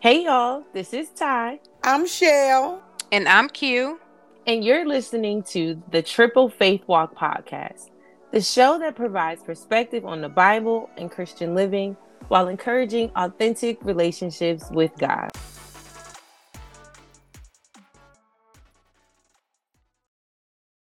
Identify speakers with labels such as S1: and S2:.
S1: Hey y'all, this is Ty.
S2: I'm Shell.
S3: And I'm Q.
S1: And you're listening to the Triple Faith Walk podcast, the show that provides perspective on the Bible and Christian living while encouraging authentic relationships with God.